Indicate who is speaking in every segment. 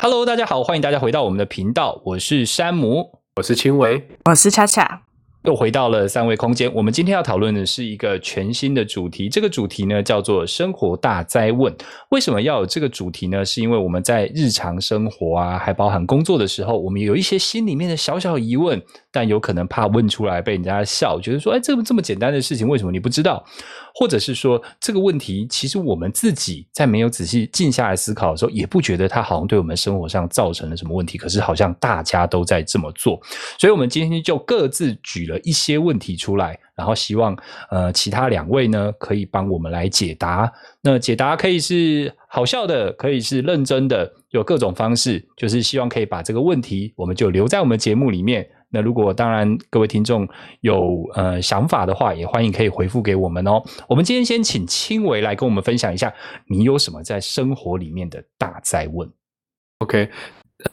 Speaker 1: Hello，大家好，欢迎大家回到我们的频道，我是山姆，
Speaker 2: 我是青维，
Speaker 3: 我是恰恰。
Speaker 1: 又回到了三维空间。我们今天要讨论的是一个全新的主题，这个主题呢叫做“生活大灾问”。为什么要有这个主题呢？是因为我们在日常生活啊，还包含工作的时候，我们有一些心里面的小小疑问，但有可能怕问出来被人家笑，觉得说：“哎，这么这么简单的事情，为什么你不知道？”或者是说，这个问题其实我们自己在没有仔细静下来思考的时候，也不觉得它好像对我们生活上造成了什么问题，可是好像大家都在这么做。所以，我们今天就各自举了一些问题出来，然后希望呃其他两位呢可以帮我们来解答。那解答可以是好笑的，可以是认真的，有各种方式，就是希望可以把这个问题，我们就留在我们节目里面。那如果当然各位听众有呃想法的话，也欢迎可以回复给我们哦。我们今天先请青维来跟我们分享一下，你有什么在生活里面的大灾问？
Speaker 2: OK，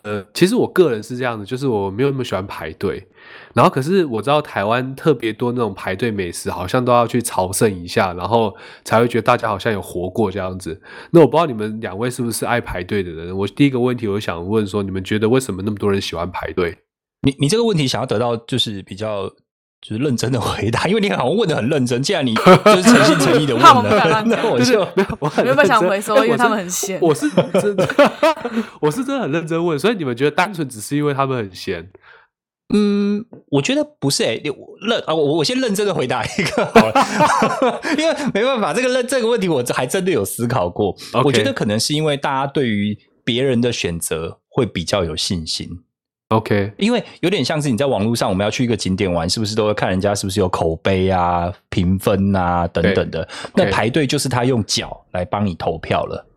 Speaker 2: 呃，其实我个人是这样的，就是我没有那么喜欢排队，然后可是我知道台湾特别多那种排队美食，好像都要去朝圣一下，然后才会觉得大家好像有活过这样子。那我不知道你们两位是不是爱排队的人？我第一个问题，我想问说，你们觉得为什么那么多人喜欢排队？
Speaker 1: 你你这个问题想要得到就是比较就是认真的回答，因为你好像问的很认真。既然你就是诚心诚意的问
Speaker 3: 怕我们不敢
Speaker 1: 了，
Speaker 3: 让
Speaker 1: 那我
Speaker 2: 就是
Speaker 1: 就
Speaker 2: 没有，我很
Speaker 3: 原本想
Speaker 2: 认真
Speaker 3: 回收
Speaker 2: 哎我
Speaker 3: 因为他
Speaker 2: 真
Speaker 3: 们很闲
Speaker 2: 我是真的，我是真的很认真问，所以你们觉得单纯只是因为他们很闲？
Speaker 1: 嗯，我觉得不是诶、欸，我认啊，我我先认真的回答一个好了，因为没办法，这个认这个问题我还真的有思考过。
Speaker 2: OK
Speaker 1: 我觉得可能是因为大家对于别人的选择会比较有信心，
Speaker 2: OK，
Speaker 1: 因为有点像是你在网络上，我们要去一个景点玩，是不是都会看人家是不是有口碑啊、评分啊等等的？那
Speaker 2: 对
Speaker 1: 排队就是他用脚来帮你投票了，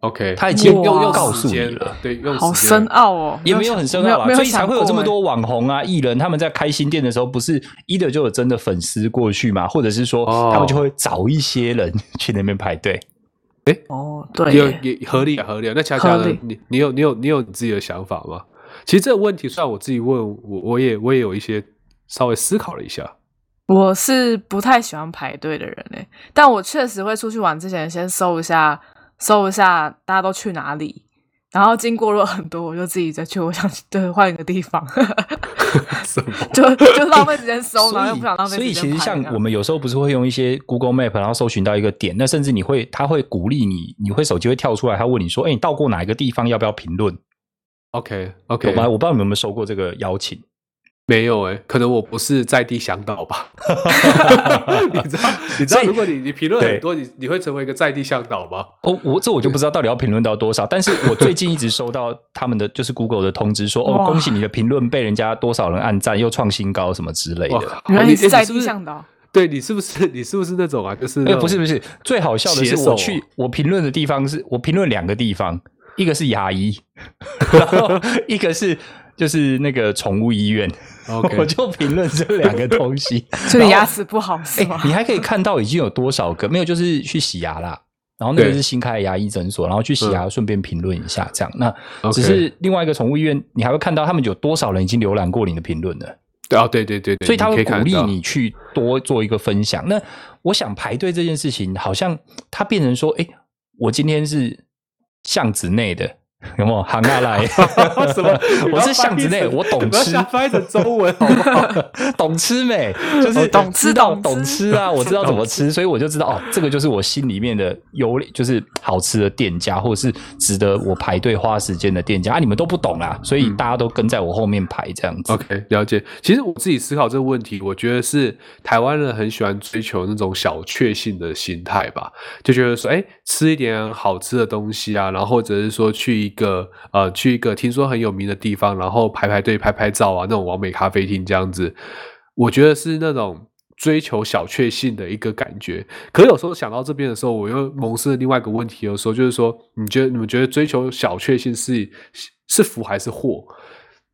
Speaker 2: OK，
Speaker 1: 他已经
Speaker 3: 哇
Speaker 2: 用用
Speaker 1: 告
Speaker 2: 时
Speaker 1: 诉你
Speaker 2: 间啊
Speaker 1: 了，
Speaker 2: 对，用
Speaker 3: 好
Speaker 2: 时间
Speaker 3: 深奥哦，
Speaker 1: 也没有很深奥
Speaker 3: 没
Speaker 1: 啦，
Speaker 3: 有哎
Speaker 1: 所以才会有这么。
Speaker 3: 没有想过
Speaker 1: 多网红啊、艺人，他们在开新店的时候，不是一的就有真的粉丝过去嘛，或者是说
Speaker 2: 哦
Speaker 1: 他们就会找一些人去那边排队。
Speaker 3: 哎哦，对
Speaker 2: 有
Speaker 3: 耶，
Speaker 2: 也合理啊，合理啊。那恰恰
Speaker 3: 合
Speaker 2: 呢
Speaker 3: 理？
Speaker 2: 你你有你有你有你自己的想法吗？其实这个问题虽然我自己问，我我也我也有一些稍微思考了一下。
Speaker 3: 我是不太喜欢排队的人诶，但我确实会出去玩之前先搜一下，搜一下大家都去哪里，然后经过了很多，我就自己再去， 我想去对换一个地方，
Speaker 2: 什么？
Speaker 3: 就就浪费时间搜，然后又不想浪费
Speaker 1: 所以
Speaker 3: 时间
Speaker 1: 其实
Speaker 3: 排啊
Speaker 1: 像
Speaker 3: 这样
Speaker 1: 我们有时候不是会用一些 Google Map，然后搜寻到一个点，那甚至你会，他会鼓励你，你会手机会跳出来，他问你说：“哎、你到过哪一个地方？要不要评论？”
Speaker 2: OK OK，
Speaker 1: 有吗？我不知道你们有没有收过这个邀请。
Speaker 2: 没有哎、可能我不是在地向 导吧？你知道你知
Speaker 1: 所
Speaker 2: 道，
Speaker 1: 以
Speaker 2: 如果你你评论
Speaker 1: 对
Speaker 2: 很多，你你会成为一个在地向导吗？
Speaker 1: 哦，我这我就不知道到底要评论到多少，但是我最近一直收到他们的就是 Google 的通知说，哦，
Speaker 3: 哇
Speaker 1: 恭喜你的评论被人家多少人按赞，又创新高什么之类
Speaker 2: 哇
Speaker 1: 的。，
Speaker 3: 原来
Speaker 2: 你
Speaker 3: 你
Speaker 2: 哎
Speaker 3: 是在
Speaker 2: 不
Speaker 3: 地
Speaker 2: 是
Speaker 3: 向导，
Speaker 2: 对你是不是你是不是那种啊？就是那
Speaker 1: 哎，
Speaker 2: 种
Speaker 1: 不是不是，最好笑的是
Speaker 2: 写手
Speaker 1: 我去我评论的地方是我评论两个地方，一个是牙医， 然后一个是就是那个宠物医院
Speaker 2: OK
Speaker 1: 我就评论这两个东 西。
Speaker 3: 所以你牙齿不好是
Speaker 1: 哎、
Speaker 3: 吗？
Speaker 1: 你还可以看到已经有多少个没有，就是去洗牙啦。然后那个
Speaker 2: 对嗯
Speaker 1: 是新开的牙医诊所，然后去洗牙，顺便评论一下这样。那
Speaker 2: OK
Speaker 1: 只是另外一个宠物医院，你还会看到他们有多少人已经浏览过你的评论了，
Speaker 2: 对啊，对对对对，
Speaker 1: 所以他
Speaker 2: 可
Speaker 1: 会鼓
Speaker 2: 看
Speaker 1: 励
Speaker 2: 到
Speaker 1: 你去多做一个分享。那我想排队这件事情，好像它变成说，哎，我今天是巷子内的，有没有行下来？
Speaker 2: 什么？
Speaker 1: 我是巷子内，我懂吃，
Speaker 2: 翻译成中文好哦不好？
Speaker 1: 懂吃没？就是
Speaker 3: 懂吃
Speaker 1: 知道
Speaker 3: 懂
Speaker 1: 懂
Speaker 3: 吃
Speaker 1: 吃啊，我知道怎么吃，所以我就知道哦，这个就是我心里面的有，就是好吃的店家，或者是值得我排队花时间的店家啊，你们都不懂啦，所以大家都跟在我后面排这样子。
Speaker 2: OK，了解。其实我自己思考这个问题，我觉得是台湾人很喜欢追求那种小确幸的心态吧，就觉得说，哎，吃一点好吃的东西啊，然后或者是说去一个呃，去一个听说很有名的地方，然后排排队、拍拍照啊，那种完美咖啡厅这样子，我觉得是那种。追求小确幸的一个感觉，可有时候想到这边的时候，我又萌生了另外一个问题。有时候就是说，你觉得你们觉得追求小确幸是是福还是祸？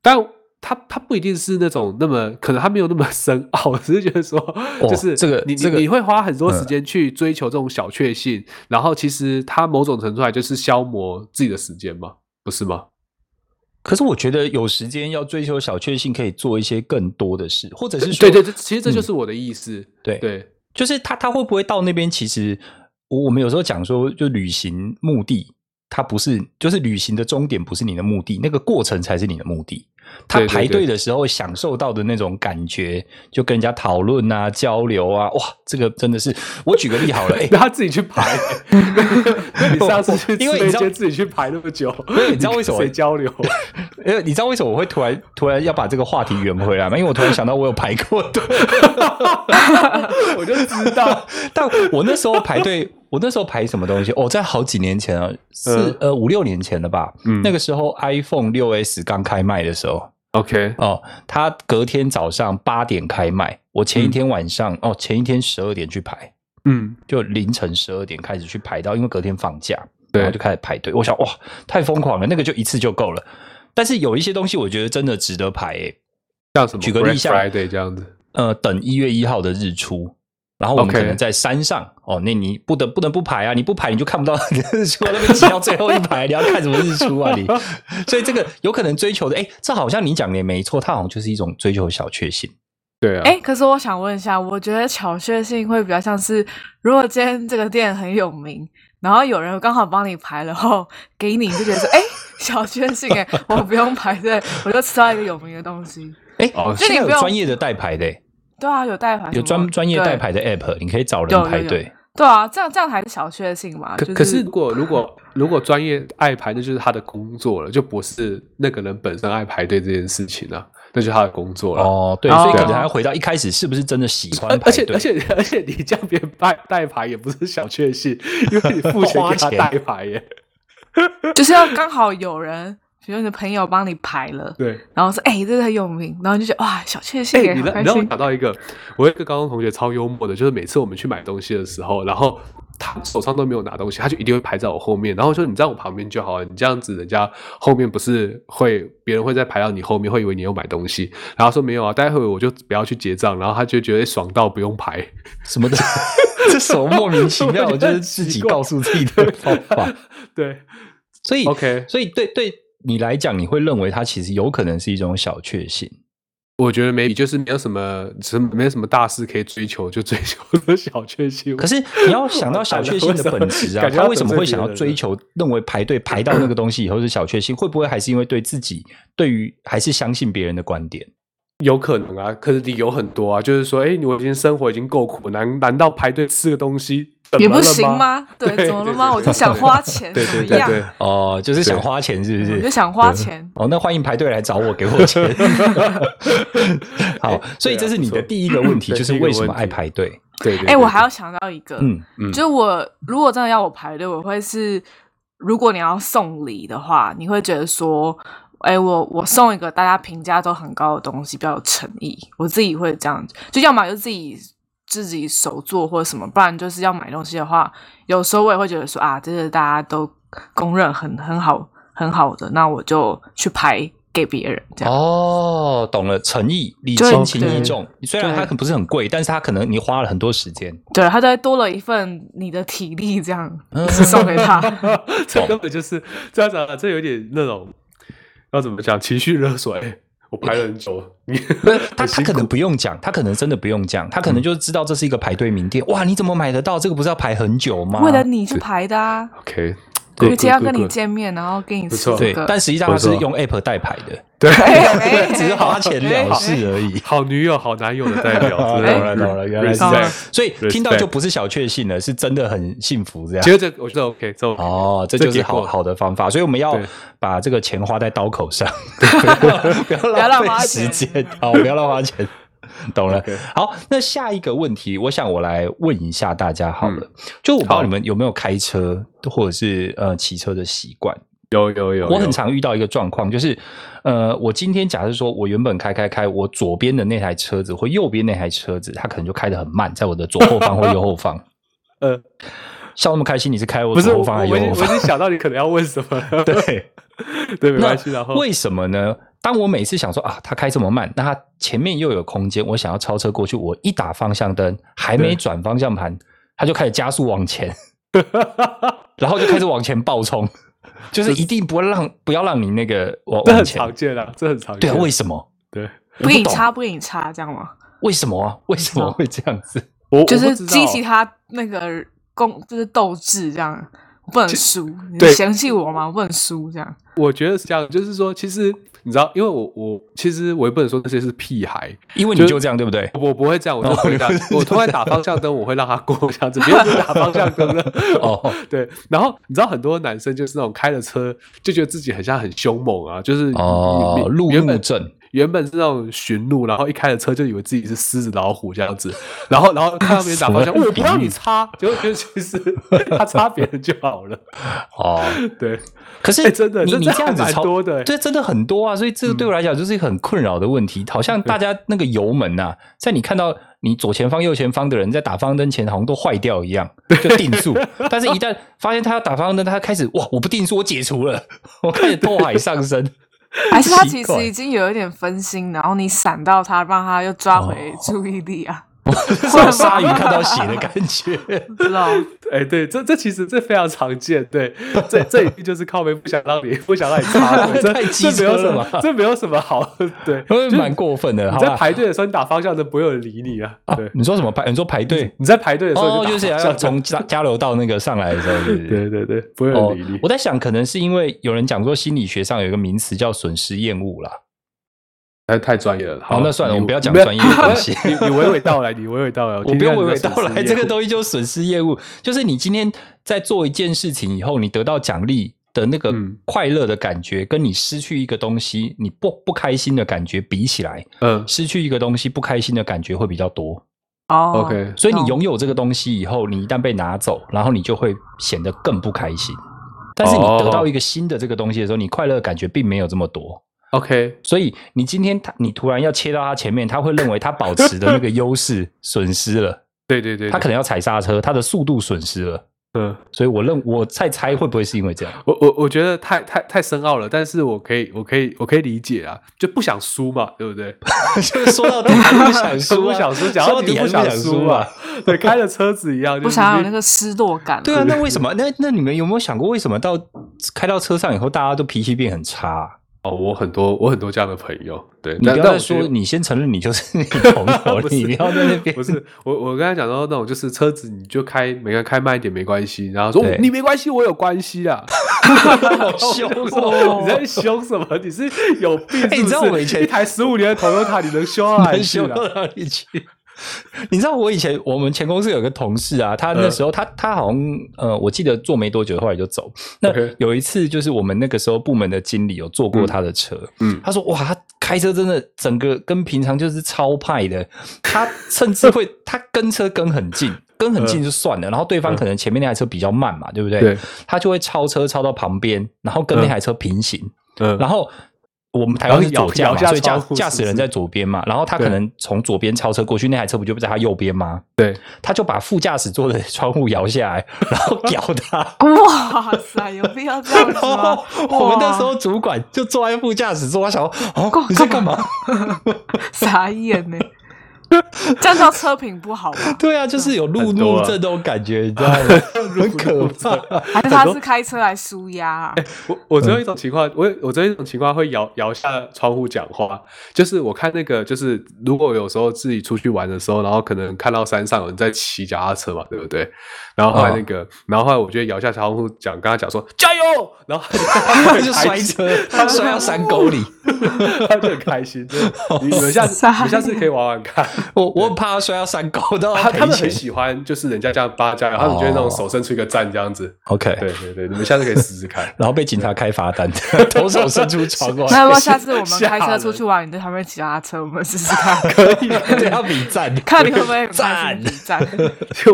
Speaker 2: 但他他不一定是那种那么，可能他没有那么深奥， 只是觉得说，就是
Speaker 1: 哦这个
Speaker 2: 你
Speaker 1: 这个
Speaker 2: 你你会花很多时
Speaker 1: 嗯
Speaker 2: 间去追求这种小确幸，然后其实他某种程度来就是消磨自己的时间嘛，不是吗？
Speaker 1: 可是我觉得有时间要追求小确幸，可以做一些更多的事，或者是说，
Speaker 2: 对对，这其实这
Speaker 1: 嗯
Speaker 2: 就是我的意思。
Speaker 1: 对
Speaker 2: 对，
Speaker 1: 就是他他会不会到那边？其实我我们有时候讲说，就旅行目的，它不是就是旅行的终点不是你的目的，那个过程才是你的目的。他
Speaker 2: 对对
Speaker 1: 排
Speaker 2: 对
Speaker 1: 队的时候享受到的那种感觉，就跟人家讨论啊、交流啊，哇，这个真的是我举个例好了， 哎、
Speaker 2: 那他自己去排。那你上次 去
Speaker 1: 因为
Speaker 2: 吃
Speaker 1: 你
Speaker 2: 那
Speaker 1: 知道
Speaker 2: 些自己去排那么久，
Speaker 1: 为你知道为什么
Speaker 2: 谁交流？
Speaker 1: 呃，你知道为什么我会突然突然要把这个话题圆回来吗？因为我突然想到我有排过队，
Speaker 2: 我就知道，
Speaker 1: 但我那时候排 队，我那时候排什么东西？哦，在好几年前啊，是
Speaker 2: 嗯
Speaker 1: 呃五六年前了吧？
Speaker 2: 嗯
Speaker 1: 那个时候 iPhone 六 S 刚开卖的时候，
Speaker 2: OK，
Speaker 1: 哦，它隔天早上八点开卖，我前一天晚上、哦，前一天十二点去排，
Speaker 2: 嗯，
Speaker 1: 就凌晨十二点开始去排到，因为隔天放假，
Speaker 2: 对
Speaker 1: 然后就开始排队。我想哇，太疯狂了，那个就一次就够了。但是有一些东西，我觉得真的值得排、欸。
Speaker 2: 像什么
Speaker 1: 举个例
Speaker 2: Black
Speaker 1: 像
Speaker 2: Friday 这样子，
Speaker 1: 呃，等一月一号的日出，然后我们
Speaker 2: OK
Speaker 1: 可能在山上哦，那你不得不能不排啊，你不排你就看不到 日出啊，那边挤到最后一排，你要看什么日出啊你？ 所以这个有可能追求的，哎，这好像你讲的也没错，它好像就是一种追求小确幸。
Speaker 2: 对啊，
Speaker 3: 哎、可是我想问一下，我觉得巧确幸会比较像是，如果今天这个店很有名，然后有人刚好帮你排了后给你，你就觉得说，哎、小确幸哎、我不用排队，我就吃到一个有名的东西。
Speaker 1: 哎
Speaker 2: 哦，
Speaker 1: 现在
Speaker 3: 这你
Speaker 1: 有
Speaker 3: 不用
Speaker 1: 专业的代排的，
Speaker 3: 对啊，有代排什么，
Speaker 1: 有专专业
Speaker 3: 对
Speaker 1: 代排的 app，你可以找
Speaker 3: 有
Speaker 1: 人
Speaker 3: 有
Speaker 1: 排
Speaker 3: 有
Speaker 1: 队。
Speaker 3: 对啊，这样这样才是小确幸嘛。
Speaker 2: 可
Speaker 3: 就
Speaker 2: 可是如果如果如果专业爱排，那就是他的工作了，就不是那个人本身爱排队这件事情了、那就是他的工作了。
Speaker 1: 哦，对，所以
Speaker 3: 哦
Speaker 1: 可能还要回到一开始是不是真的喜
Speaker 2: 而
Speaker 1: 欢排
Speaker 2: 而且
Speaker 1: 队？
Speaker 2: 而且而且你叫别人代代排也不是小确幸，因为你付钱
Speaker 1: 花
Speaker 2: 给他
Speaker 1: 钱
Speaker 2: 代排耶。
Speaker 3: 就是要刚好有人，比如你的朋友帮你排了，
Speaker 2: 对，
Speaker 3: 然后说，哎、这个很有名，然后你就觉得哇，小确幸
Speaker 2: 哎、
Speaker 3: 哎、
Speaker 2: 你
Speaker 3: 好
Speaker 2: 让
Speaker 3: 开
Speaker 2: 你让我
Speaker 3: 心。
Speaker 2: 想到一个，我有一个高中同学超幽默的，就是每次我们去买东西的时候，然后他手上都没有拿东西，他就一定会排在我后面，然后说你在我旁边就好了，你这样子人家后面不是会别人会再排到你后面，会以为你有买东西，然后说没有啊，待会我就不要去结账，然后他就觉得哎爽到不用排，
Speaker 1: 什么的， 这什么莫名其妙？
Speaker 2: 我觉
Speaker 1: 我
Speaker 2: 得
Speaker 1: 就是自己
Speaker 2: 奇怪
Speaker 1: 告诉自己的方法。
Speaker 2: 对
Speaker 1: 所以
Speaker 2: ，OK，
Speaker 1: 所以对对你来讲，你会认为它其实有可能是一种小确 幸。
Speaker 2: 我觉得 maybe 就是没有什么什么没有什么大事可以追求，就追求 的小确幸。
Speaker 1: 可是你要想到小确幸的本 质啊，
Speaker 2: 感觉
Speaker 1: 他
Speaker 2: 要
Speaker 1: 为什么会想要
Speaker 2: 得罪别
Speaker 1: 追
Speaker 2: 人
Speaker 1: 求，认为排队 排到那个东西以后是小确幸？会不会还是因为对自己，对于还是相信别人的观点？
Speaker 2: 有可能啊，可是理由很多啊，就是说，哎、你我已经生活已经够苦，难难道排队吃个东西怎
Speaker 3: 也
Speaker 2: 么
Speaker 3: 不
Speaker 2: 了
Speaker 3: 行
Speaker 2: 吗？
Speaker 3: 吗？对，
Speaker 2: 对
Speaker 3: 怎么了
Speaker 2: 对
Speaker 3: 吗？
Speaker 2: 对
Speaker 3: 我就想花钱，
Speaker 2: 对
Speaker 3: 怎么
Speaker 2: 对对
Speaker 3: 样？
Speaker 2: 对，
Speaker 1: 哦，就是想
Speaker 2: 对
Speaker 1: 花钱，是不
Speaker 3: 我
Speaker 1: 是？
Speaker 3: 就想花钱。
Speaker 1: 哦，那欢迎排队来找我，给我 钱。好，所以这是你的第一个 问题，
Speaker 2: 对
Speaker 1: 就是为什么爱排队？
Speaker 2: 对对。
Speaker 3: 哎、我还
Speaker 2: 要
Speaker 3: 要想到一个，
Speaker 1: 嗯，
Speaker 2: 嗯
Speaker 3: 就我如果真的要我排队，我会是，如果你要送礼的话，你会觉得说，哎、我我送一个大家评价都很高的东西，比较有诚意。我自己会这样子，就要么就自己自己手做或者什么，不然就是要买东西的话，有时候我也会觉得说啊，这个大家都公认很很好很好的，那我就去排给别人这样。
Speaker 1: 哦，懂了，诚意、礼
Speaker 3: 对
Speaker 1: 轻情
Speaker 3: 对
Speaker 1: 意重。虽然它可能不是很贵，但是它可能你花了很多时间。
Speaker 3: 对他就会多了一份你的体力，这样
Speaker 1: 嗯
Speaker 3: 是送给他。
Speaker 2: 这根本就是这样子啊，这有点那种要怎么讲情绪勒索。哎，我排了很久， 你
Speaker 1: 不是他，
Speaker 2: 很
Speaker 1: 他
Speaker 2: 辛
Speaker 1: 可能
Speaker 2: 苦
Speaker 1: 不用讲，他可能真的不用讲，他可能就知道这是一个排队名店。哇，你怎么买得到？这个不是要排很久吗？
Speaker 3: 为了你去排的啊，
Speaker 2: OK，
Speaker 3: 因
Speaker 2: 啊对
Speaker 3: 为今天要跟你
Speaker 2: good，good，good
Speaker 3: 见面，然后跟你
Speaker 2: 不
Speaker 3: 吃
Speaker 2: 错
Speaker 1: 对
Speaker 3: 这，个。
Speaker 1: 但实际上他是
Speaker 2: 没错
Speaker 1: 用 app 代排的，
Speaker 2: 对，
Speaker 3: 哎
Speaker 1: 只是花钱了事而已。
Speaker 2: 好女友、好男友的代表，
Speaker 1: 懂
Speaker 2: 真的
Speaker 1: 了懂了，原来是这样
Speaker 2: Respect，
Speaker 1: 所以听到
Speaker 2: respect
Speaker 1: 就不是小确幸了，是真的很幸福这样
Speaker 2: 其。实这我觉得 OK，这 OK
Speaker 1: 哦，这
Speaker 2: 这
Speaker 1: 就是
Speaker 2: 结果
Speaker 1: 好好的方法，所以我们要
Speaker 2: 对
Speaker 1: 把这个钱花在刀口 上，不
Speaker 3: 要
Speaker 1: 要
Speaker 3: 乱
Speaker 1: 浪
Speaker 3: 花
Speaker 1: 费时
Speaker 3: 钱
Speaker 1: 间，好，不要乱花 钱。懂了
Speaker 2: OK
Speaker 1: 好，那下一个问题，我想我来问一下大家好了。
Speaker 2: 嗯
Speaker 1: 就我不知道
Speaker 2: 好
Speaker 1: 你们有没有开车或者是呃骑车的习惯？
Speaker 2: 有有有，
Speaker 1: 我很
Speaker 2: 有
Speaker 1: 常遇到一个状况，就是呃，我今天假设说我原本开开开，我左边的那台车子或右边那台车子，它可能就开得很慢，在我的左后方或右后方。
Speaker 2: 呃，
Speaker 1: 笑那么开心，你是开我
Speaker 2: 不是
Speaker 1: 左后
Speaker 2: 我
Speaker 1: 方还
Speaker 2: 我
Speaker 1: 是
Speaker 2: 已
Speaker 1: 右
Speaker 2: 经
Speaker 1: 后
Speaker 2: 我
Speaker 1: 方
Speaker 2: 已？经想到你可能要问什么 了，
Speaker 1: 对。
Speaker 2: 对，没
Speaker 1: 那
Speaker 2: 关系。然后
Speaker 1: 为什么呢？当我每次想说啊，他开这么慢，那他前面又有空间，我想要超车过去，我一打方向灯，还没
Speaker 2: 对
Speaker 1: 转方向盘，他就开始加速往前，然后就开始往前爆冲，就是一定不会让不要让你那个往
Speaker 2: 这很
Speaker 1: 往前。
Speaker 2: 常见啊，这很常见。
Speaker 1: 对啊，为什么？
Speaker 2: 对，
Speaker 1: 我
Speaker 3: 不给你
Speaker 1: 懂
Speaker 3: 插，不给你插，这样吗？
Speaker 1: 为什么啊？为什么会这样子？
Speaker 2: 我
Speaker 3: 就
Speaker 2: 我
Speaker 3: 是
Speaker 2: 不知道
Speaker 3: 激起他那个攻，就是斗志，这样我不能输，你
Speaker 2: 对
Speaker 3: 嫌弃我吗？我不能输，这 样
Speaker 2: 我觉得是这样，就是说，其实你知道，因为我我其实我也不能说那些是屁孩，
Speaker 1: 因为你就这样，对不对？
Speaker 2: 我不会这样，我
Speaker 1: 哦
Speaker 2: 就会这样，我突然打方向灯，我会让他过这样子，别人打方向灯 了。
Speaker 1: 哦，
Speaker 2: 对，然后你知道很多男生就是那种开了车就觉得自己很像很凶猛啊，就是你
Speaker 1: 哦，
Speaker 2: 你
Speaker 1: 路
Speaker 2: 原
Speaker 1: 怒
Speaker 2: 本
Speaker 1: 症，
Speaker 2: 原本是那种驯鹿，然后一开了车就以为自己是狮子、老虎这样子，然后然后看到别人打 方向，
Speaker 1: 什么
Speaker 2: 我不让你插，结果就其实 他插别人就好了。
Speaker 1: 哦，
Speaker 2: 对，
Speaker 1: 可是
Speaker 2: 哎真的
Speaker 1: 你
Speaker 2: 这
Speaker 1: 你
Speaker 2: 真
Speaker 1: 这
Speaker 2: 的
Speaker 1: 样子
Speaker 2: 还蛮
Speaker 1: 超
Speaker 2: 多的哎
Speaker 1: 对，真的很多啊，所以这个对我
Speaker 2: 嗯
Speaker 1: 来讲就是一个很困扰的问题。好像大家那个油门呐、在你看到你左前方、右前方的人在打方向灯前，好像都坏掉一样，就定 速。但是，一旦发现他要打方向灯，他开始哇，我不定速，我解除了， 我开始拓海上 升。
Speaker 3: 还是他
Speaker 1: 奇
Speaker 3: 其
Speaker 1: 怪
Speaker 3: 实已经有一点分心，然后你闪到他，让他又抓回
Speaker 1: 哦
Speaker 3: 注意力啊，
Speaker 1: 这种鲨鱼看到 血的感 觉。
Speaker 3: 知道？
Speaker 2: 哎、对，这这其实这非常常见，对，这这一句就是靠背不想让你不想让 你插队，这
Speaker 1: 太机
Speaker 2: 这没有
Speaker 1: 车
Speaker 2: 什
Speaker 1: 了吧
Speaker 2: 么，这没有什么好，对，
Speaker 1: 因为
Speaker 2: 就是
Speaker 1: 蛮过分的，
Speaker 2: 你
Speaker 1: 好
Speaker 2: 在
Speaker 1: 吧？
Speaker 2: 排队的时候你打方向灯不会有人理你啊，
Speaker 1: 啊
Speaker 2: 对，，
Speaker 1: 你说什么排？你说排队？
Speaker 2: 你在排队的时候
Speaker 1: 哦，
Speaker 2: 就
Speaker 1: 就是要
Speaker 2: 打方向灯，
Speaker 1: 从加加油到那个上来的时候，是不是
Speaker 2: 对对对，不会有
Speaker 1: 哦
Speaker 2: 人理你，，
Speaker 1: 我在想，可能是因为有人讲说心理学上有一个名词叫损失厌恶啦。
Speaker 2: 太太专业了，
Speaker 1: 好哦那算了我
Speaker 2: 你
Speaker 1: 们不要讲专业的东 西
Speaker 2: 你你娓娓道来，你娓娓道来，
Speaker 1: 我不用娓娓
Speaker 2: 听
Speaker 1: 道
Speaker 2: 听看
Speaker 1: 来，
Speaker 2: 你的
Speaker 1: 这个
Speaker 2: 损失业务
Speaker 1: 东西就是损失厌恶，就是你今天在做一件事情以后，你得到奖励的那个
Speaker 2: 嗯
Speaker 1: 快乐的感觉，跟你失去一个东西你不不开心的感觉比起来，
Speaker 2: 嗯
Speaker 1: 失去一个东西不开心的感觉会比较多。
Speaker 3: 哦
Speaker 2: ，OK，
Speaker 1: 所以你
Speaker 3: 懂
Speaker 1: 拥有这个东西以后，你一旦被拿走，然后你就会显得更不开心。但是你得
Speaker 2: 哦
Speaker 1: 到一个新的这个东西的时候，你快乐的感觉并没有这么多。
Speaker 2: OK，
Speaker 1: 所以你今天他你突然要切到他前面，他会认为他保持的那个优势损失了，
Speaker 2: 对对对，
Speaker 1: 他可
Speaker 2: 能
Speaker 1: 能要踩刹车，他的速度损失了。
Speaker 2: 嗯，
Speaker 1: 所以我认我在猜会不会是因为这样？
Speaker 2: 我我我觉得太太太深奥了，但是我可以我可以我可以理解啊，就不想输嘛，对不对？
Speaker 1: 就是说 到底还不想输、
Speaker 2: 不
Speaker 1: 啊，
Speaker 2: 想输，讲
Speaker 1: 说
Speaker 2: 到
Speaker 1: 到底
Speaker 2: 底
Speaker 1: 还
Speaker 2: 不
Speaker 1: 是不
Speaker 2: 想
Speaker 1: 想输
Speaker 2: 输
Speaker 1: 啊
Speaker 2: 啊。，对，开了车子一样，
Speaker 3: 不
Speaker 2: 就是
Speaker 3: 想要有
Speaker 2: 你
Speaker 3: 那个失落感啊，
Speaker 1: 对啊，那为什么？那那你们有没有想过，为什么到开到车上以后，大家都脾气变很差啊、
Speaker 2: 哦，我很多我很多这样的朋友，对，
Speaker 1: 你
Speaker 2: 但
Speaker 1: 不要再
Speaker 2: 但我觉得
Speaker 1: 说，你先承认你就是你朋友，
Speaker 2: 不是
Speaker 1: 你不要在那边
Speaker 2: 不是我，我刚才讲到那种，就是车子你就开，每个人开慢一点没关系，然后说哦
Speaker 1: 对
Speaker 2: 你没关系，我有关系 啊，
Speaker 1: 好凶
Speaker 2: 说你
Speaker 1: 哦。
Speaker 2: 在凶什么？你是有病是不
Speaker 1: 哎
Speaker 2: 是？
Speaker 1: 你知道我以前
Speaker 2: 一台十五年的 Toyota 你能修到哪
Speaker 1: 很
Speaker 2: 里去
Speaker 1: 凶
Speaker 2: 啊？
Speaker 1: 到哪里去？你知道我以前我们前公司有个同事啊，他
Speaker 2: 嗯
Speaker 1: 那时候、他他好像呃，我记得做没多久，后来就走。那
Speaker 2: OK
Speaker 1: 有一次就是我们那个时候部门的经理有坐过他的车，
Speaker 2: 嗯
Speaker 1: 他说哇，他开车真的整个跟平常就是超派的，他甚至会他跟车跟很近，跟很近就算了，然后对方可能前面那台车比较慢嘛，对不对？
Speaker 2: 嗯对
Speaker 1: 他就会超车超到旁边，然后跟那台车平行，
Speaker 2: 嗯，
Speaker 1: 然后我们台湾是左驾嘛，
Speaker 2: 然后摇
Speaker 1: 所以驾
Speaker 2: 摇下窗户
Speaker 1: 驾驶人在左边嘛，然后他可能从左边超车过去，那台车不就在他右边吗？
Speaker 2: 对，
Speaker 1: 他就把副驾驶座的窗户摇下来，然 后屌他。
Speaker 3: 哇塞，有必要这样
Speaker 1: 然
Speaker 3: 子吗
Speaker 1: 后？我们那
Speaker 3: 哇
Speaker 1: 时候主管就坐在副驾驶座，他想说：“哦
Speaker 3: 干，
Speaker 1: 你在干嘛？
Speaker 3: 傻眼 呢、这样叫车品不好吧？
Speaker 1: 对啊，就是有路
Speaker 2: 很多
Speaker 1: 怒
Speaker 2: 啊
Speaker 1: 症这种感觉，你知 道吗？很可怕。
Speaker 3: 还是他是开车来舒压啊？
Speaker 2: 我我只有一种情况，我我只有一种情况会摇摇下窗户讲话，就是我看那个，就是如果有时候自己出去玩的时候，然后可能看到山上有人在骑脚踏车嘛，对不对？然后后来那个，然后后来我就会摇下窗户讲，跟他讲说 加油，然后 他
Speaker 1: 他就摔车，他摔到山沟 里。
Speaker 2: 他就很开心，就是你你们下次你们下次可以玩玩看。
Speaker 1: 我我很怕他摔到山沟，都要
Speaker 2: 他他
Speaker 1: 赔
Speaker 2: 们很
Speaker 1: 钱。
Speaker 2: 喜欢，就是人家这样扒加油，他们觉得那种手伸出一个赞这样子。
Speaker 1: OK，。
Speaker 2: 对对对，你们下次可以试试看
Speaker 1: 然后被警察开罚 单，投手伸出窗外。
Speaker 3: 那要不要下次我们
Speaker 2: 吓
Speaker 3: 开
Speaker 2: 人
Speaker 3: 车出去玩，你在旁边骑脚踏车，我们试试 看，
Speaker 1: 可以，对，要比赞，
Speaker 3: 看你会不会很开
Speaker 1: 赞
Speaker 3: 心。赞，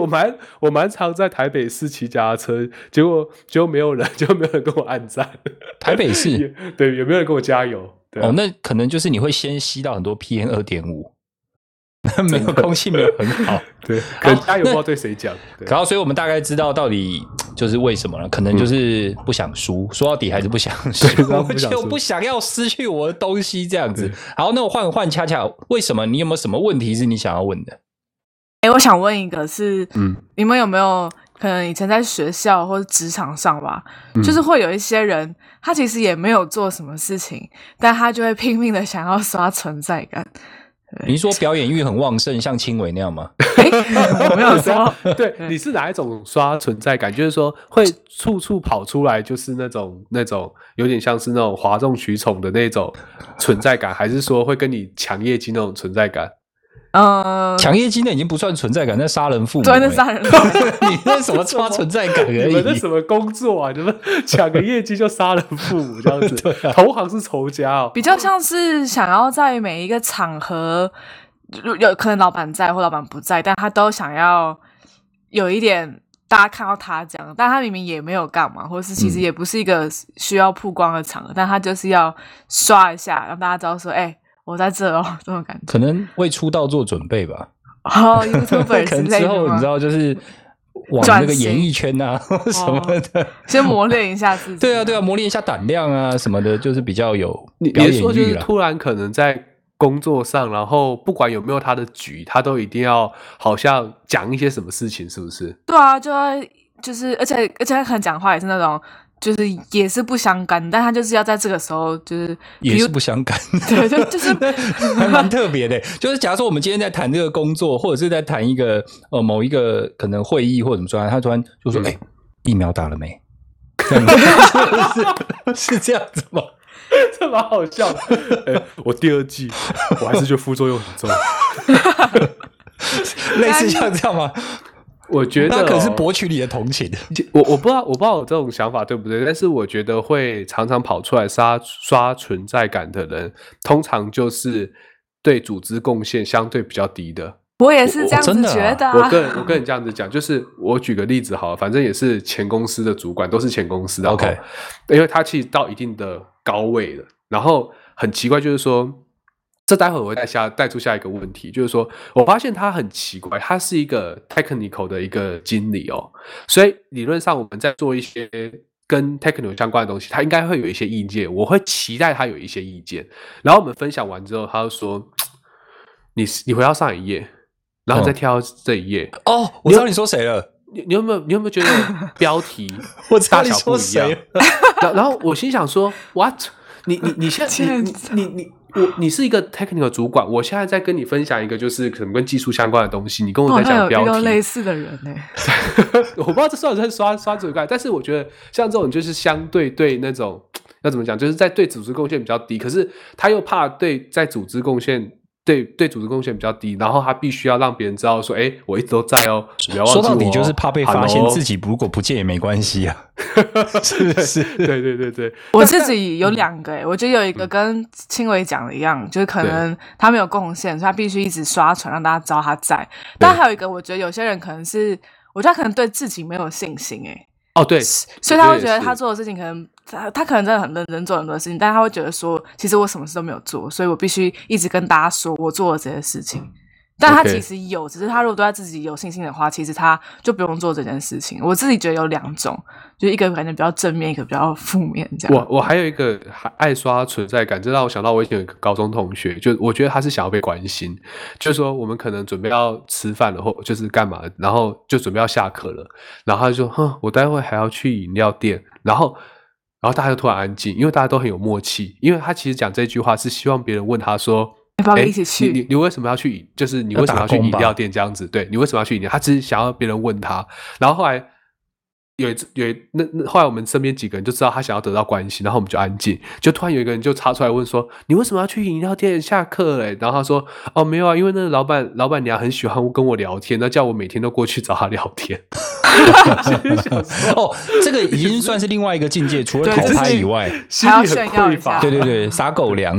Speaker 2: 我蛮我蛮常在台北市骑脚踏车，结果结果没有人，就没有人跟我按赞，
Speaker 1: 台北市
Speaker 2: 也对，也没有人跟我加油。对啊、
Speaker 1: 哦，那可能就是你会先吸到很多 PM 二点 五，那没有空气没有很好。
Speaker 2: 对，可能
Speaker 1: 好
Speaker 2: 加油
Speaker 1: 那
Speaker 2: 不知道对谁讲。 对嗯
Speaker 1: 然后，所以我们大概知道到底就是为什么了，可能就是不想输，说到底还是不想输
Speaker 2: 对，然后
Speaker 1: 我
Speaker 2: 不想输
Speaker 1: 就不想要失去我的东西这样子。好，那我换换恰恰，为什么你有没有什么问题是你想要问的？
Speaker 3: 哎、我想问一个是，
Speaker 2: 嗯
Speaker 3: 你们有没有可能以前在学校或者职场上吧，就是会有一些人，他 其实也没有做什么事情，但他就会拼命的想要刷存在感。
Speaker 2: 哎
Speaker 1: 你是说表演欲很旺盛，像青伟那样吗？
Speaker 3: 我没有说，
Speaker 2: 对，你是哪一种刷存在感？就是说会处处跑出来，就是那种那种有点像是那种哗众取宠的那种存在感，还是说会跟你抢业绩那种存在感？
Speaker 3: 嗯，
Speaker 1: 抢业绩那已经不算存在感，那杀人父母、
Speaker 3: 对，那
Speaker 1: 欸
Speaker 3: 杀 人
Speaker 1: 你那什么刷存在感而
Speaker 2: 你
Speaker 1: 已，
Speaker 2: 们。那什么工作啊？你们抢个业绩就杀人父母这样 子
Speaker 1: 对啊
Speaker 2: 同行是仇家哦。
Speaker 3: 比较像是想要在每一个场合，如有可能老板在或老板不在，但他都想要有一点大家看到他这样，但他明明也没有干嘛，或者是其实
Speaker 1: 嗯
Speaker 3: 也不是一个需要曝光的场合，但他就是要刷一下，让大家知道说，哎、我在这哦，这种感觉。
Speaker 1: 可能为出道做准备吧，
Speaker 3: 哦
Speaker 1: 可
Speaker 3: ，YouTuber 之
Speaker 1: 能
Speaker 3: 类
Speaker 1: 之
Speaker 3: 的
Speaker 1: 后你
Speaker 3: 吗
Speaker 1: 知道就是往
Speaker 3: 转
Speaker 1: 那个演
Speaker 3: 型
Speaker 1: 艺圈啊 什么的，
Speaker 3: 先磨练一下自己。
Speaker 1: 对啊对啊，，磨练一下胆量啊什么的，就是比较有
Speaker 2: 你
Speaker 1: 表
Speaker 2: 别
Speaker 1: 演
Speaker 2: 说就
Speaker 1: 欲
Speaker 2: 是
Speaker 1: 啦。
Speaker 2: 突然可能在工作上，然后不管有没有他的局，他都一定要好像讲一些什么事情，是不是？
Speaker 3: 对啊，就会就是，而且而且他可能讲话也是那种，就是也是不相干，但他就是要在这个时候，就是
Speaker 1: 也是不相干，
Speaker 3: 对就就是
Speaker 1: 还蛮特别的。就是假如说我们今天在谈这个工作，或者是在谈一个呃某一个可能会议或者怎么说，他突然就说：“
Speaker 2: 嗯
Speaker 1: 哎、疫苗打了没？” 这样子 是是这样子吗？
Speaker 2: 这蛮好笑的、 哎我第二季，我还是觉得副作用很重。
Speaker 1: 类似像这样吗？
Speaker 2: 我觉得、
Speaker 1: 那
Speaker 2: 哦、
Speaker 1: 可能是博取你的同情。
Speaker 2: 我我不知道，我不知道我这种想法对不对，但是我觉得会常常跑出来刷刷存在感的人，通常就是对组织贡献相对比较低的。
Speaker 3: 我也是这样
Speaker 1: 我真
Speaker 3: 子
Speaker 1: 的啊
Speaker 3: 觉得、啊
Speaker 2: 我个人我个人这样子讲，就是我举个例子好了，反正也是前公司的主管，都是前公司的。
Speaker 1: OK
Speaker 2: 然后因为他其实到一定的高位了，然后很奇怪，就是说，这待会我会带下带出下一个问题，就是说我发现他很奇怪，他是一个 technical 的一个经理哦，所以理论上我们在做一些跟 technical 相关的东西，他应该会有一些意见，我会期待他有一些意见。然后我们分享完之后，他就说：“你你回到上一页，然后你再
Speaker 1: 嗯
Speaker 2: 跳到这一页。
Speaker 1: 哦，我知道你说谁了，
Speaker 2: 你你有没有你有没有觉得标题
Speaker 1: 我知道
Speaker 2: 大
Speaker 1: 你
Speaker 2: 小
Speaker 1: 说
Speaker 2: 不一样
Speaker 1: 谁？
Speaker 2: 然然后我心想说，what？你你你现在 你你你你我你是一个 technical 主管，我现在在跟你分享一个就是可能跟技术相关的东西，你 跟
Speaker 3: 我
Speaker 2: 我
Speaker 1: 哦
Speaker 3: 好
Speaker 2: 在
Speaker 3: 像有
Speaker 2: 讲
Speaker 3: 遇
Speaker 2: 标
Speaker 3: 到类
Speaker 2: 题，
Speaker 3: 似的人呢、
Speaker 2: 我不知道这算不算刷刷嘴盖，但是我觉得像这种就是相对对那种要怎么讲，就是在对组织贡献比较低，可是他又怕对在组织贡献。对对，组织贡献比较低，然后他必须要让别人知道说，哎，我一直都在哦，不要忘记
Speaker 1: 说到底
Speaker 2: 我
Speaker 1: 就是
Speaker 2: 哦
Speaker 1: 怕被发现，
Speaker 2: ，hello
Speaker 1: 自己如果不见也没关系啊，是不是？
Speaker 2: 对对对对，
Speaker 3: 我自己有两个、欸，我觉得有一个跟青伟讲的一样，就是可能他没有贡献，所以他必须一直刷存让大家知道他在。但还有一个，我觉得有些人可能是，我觉得他可能对自己没有信心、欸，
Speaker 2: 哦对，
Speaker 3: 所以他
Speaker 2: 我
Speaker 3: 会觉
Speaker 2: 也
Speaker 3: 得他
Speaker 2: 是
Speaker 3: 做的事情可能他他可能真的很认真做很多事情，但他会觉得说，其实我什么事都没有做，所以我必须一直跟大家说我做了这些事情。但他
Speaker 2: 嗯 OK
Speaker 3: 其实有，只是他如果对他自己有信心的话，其实他就不用做这件事情。我自己觉得有两种，就一个感觉比较正面，一个比较负面，这样。
Speaker 2: 我我还有一个还爱刷存在感，这让我想到我以前有一个高中同学，就我觉得他是想要被关心，就是说我们可能准备要吃饭了，或就是干嘛，然后就准备要下课了，然后他就说，哼，我待会还要去饮料店，然后。然后大家就突然安静，因为大家都很有默契。因为他其实讲这句话是希望别人问他说：“
Speaker 3: 要不要
Speaker 2: 哎，
Speaker 3: 一起去？
Speaker 2: 你你你为什么要去饮？就是你为什么要去
Speaker 1: 要打工
Speaker 2: 饮
Speaker 1: 吧
Speaker 2: 料店这样子？对你为什么要去饮料？他只是想要别人问他。然后后来有一次有一那那后来我们身边几个人就知道他想要得到关心，然后我们就安静。就突然有一个人就插出来问说：“你为什么要去饮料店下课、欸？”然后他说：“哦，没有啊，因为那个老板老板娘很喜欢跟我聊天，那叫我每天都过去找她聊天。” 我心里想说
Speaker 1: 哦，这个已经算是另外一个境界，除了
Speaker 3: 对
Speaker 1: 讨
Speaker 3: 这
Speaker 1: 拍
Speaker 3: 是
Speaker 1: 以外，
Speaker 2: 心
Speaker 3: 还要
Speaker 2: 里很
Speaker 3: 炫耀一
Speaker 2: 匮乏
Speaker 3: 下
Speaker 1: 对对 对，撒狗粮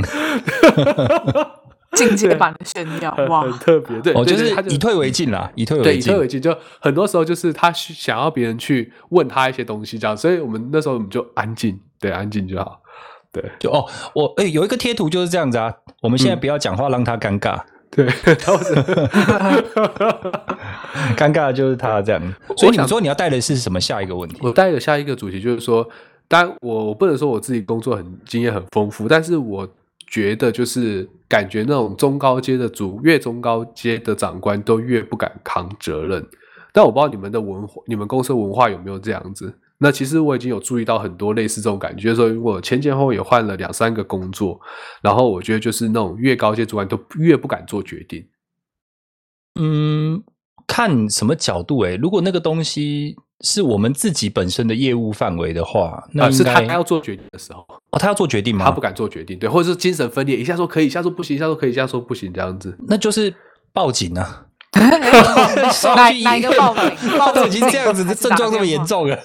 Speaker 3: 进阶版的炫 耀哇！
Speaker 2: 很特别，对，
Speaker 1: 哦，
Speaker 2: 对
Speaker 1: 就
Speaker 2: 对
Speaker 1: 是
Speaker 2: 他就
Speaker 1: 以退为进啦，以退
Speaker 2: 对，
Speaker 1: 为
Speaker 2: 以退
Speaker 1: 进
Speaker 2: 为。进，就很多时候就是他需想要别人去问他一些东西，这样，所以我们那时候我们就安静，对，安静就好，对
Speaker 1: 就哦，我哎、有一个贴图就是这样子啊，我们现在不要讲话，让他尴尬，
Speaker 2: 嗯对， 当时
Speaker 1: 尴尬的就是他这样。所以你说你要带的是什么？下一个问题？
Speaker 2: 我带的下一个主题就是说，当然我我不能说我自己工作很经验很丰富，但是我觉得就是感觉那种中高阶的主越中高阶的长官都越不敢扛责任。但我不知道你们的文化，你们公司的文化有没有这样子？那其实我已经有注意到很多类似这种感觉，就是说如果前前后后也换了两三个工作，然后我觉得就是那种越高阶主管都越不敢做决定。
Speaker 1: 嗯，看什么角度欸诶、如果那个东西是我们自己本身的业务范围的话，那
Speaker 2: 呃，
Speaker 1: 应
Speaker 2: 是他
Speaker 1: 该
Speaker 2: 要做决定的时候，
Speaker 1: 哦，他要做决定吗？
Speaker 2: 他不敢做决定，对，或者是精神分裂，一下说可以，一下说不行，一下说可以，一下说不行，这样子。
Speaker 1: 那就是报警啊！
Speaker 3: 哪
Speaker 1: 哪
Speaker 3: 哪一个报警？报警
Speaker 1: 都已经这样子，
Speaker 3: 还
Speaker 1: 这
Speaker 3: 是
Speaker 1: 症
Speaker 3: 打
Speaker 1: 状这么
Speaker 3: 电
Speaker 1: 严
Speaker 3: 话
Speaker 1: 重了。